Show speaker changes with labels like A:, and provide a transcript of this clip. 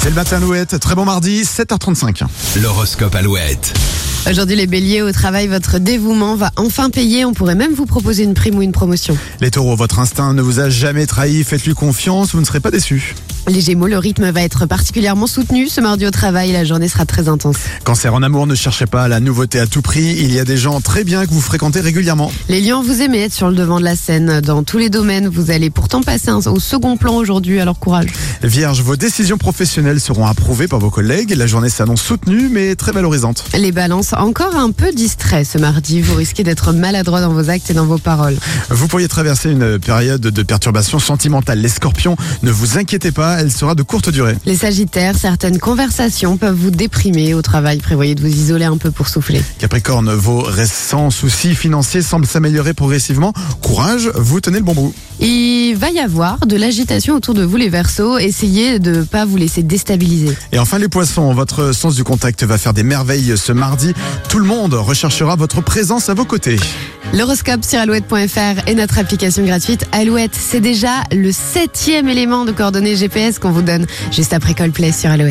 A: C'est le matin Alouette, très bon mardi, 7h35.
B: L'horoscope Alouette.
C: Aujourd'hui, les béliers, au travail, votre dévouement va enfin payer. On pourrait même vous proposer une prime ou une promotion.
A: Les taureaux, votre instinct ne vous a jamais trahi, faites-lui confiance, vous ne serez pas déçus.
C: Les gémeaux, le rythme va être particulièrement soutenu ce mardi au travail. La journée sera très intense.
A: Cancer en amour, ne cherchez pas la nouveauté à tout prix, il y a des gens très bien que vous fréquentez régulièrement.
C: Les lions, vous aimez être sur le devant de la scène. Dans tous les domaines, vous allez pourtant passer un- au second plan aujourd'hui. Alors courage.
A: Vierge, vos décisions professionnelles seront approuvées par vos collègues, la journée s'annonce soutenue mais très valorisante.
C: Les balances, encore un peu distrait ce mardi. Vous risquez d'être maladroit dans vos actes et dans vos paroles.
A: Vous pourriez traverser une période de perturbation sentimentale. Les scorpions, ne vous inquiétez pas, elle sera de courte durée.
C: Les sagittaires, certaines conversations peuvent vous déprimer au travail. Prévoyez de vous isoler un peu pour souffler.
A: Capricorne, vos récents soucis financiers semblent s'améliorer progressivement. Courage, vous tenez le bon bout.
C: Il va y avoir de l'agitation autour de vous les Verseaux. Essayez de ne pas vous laisser déstabiliser.
A: Et enfin les poissons, votre sens du contact va faire des merveilles ce mardi. Tout le monde recherchera votre présence à vos côtés.
C: L'horoscope sur alouette.fr et notre application gratuite Alouette. C'est déjà le septième élément de coordonnées GPS qu'on vous donne juste après Coldplay sur Alouette.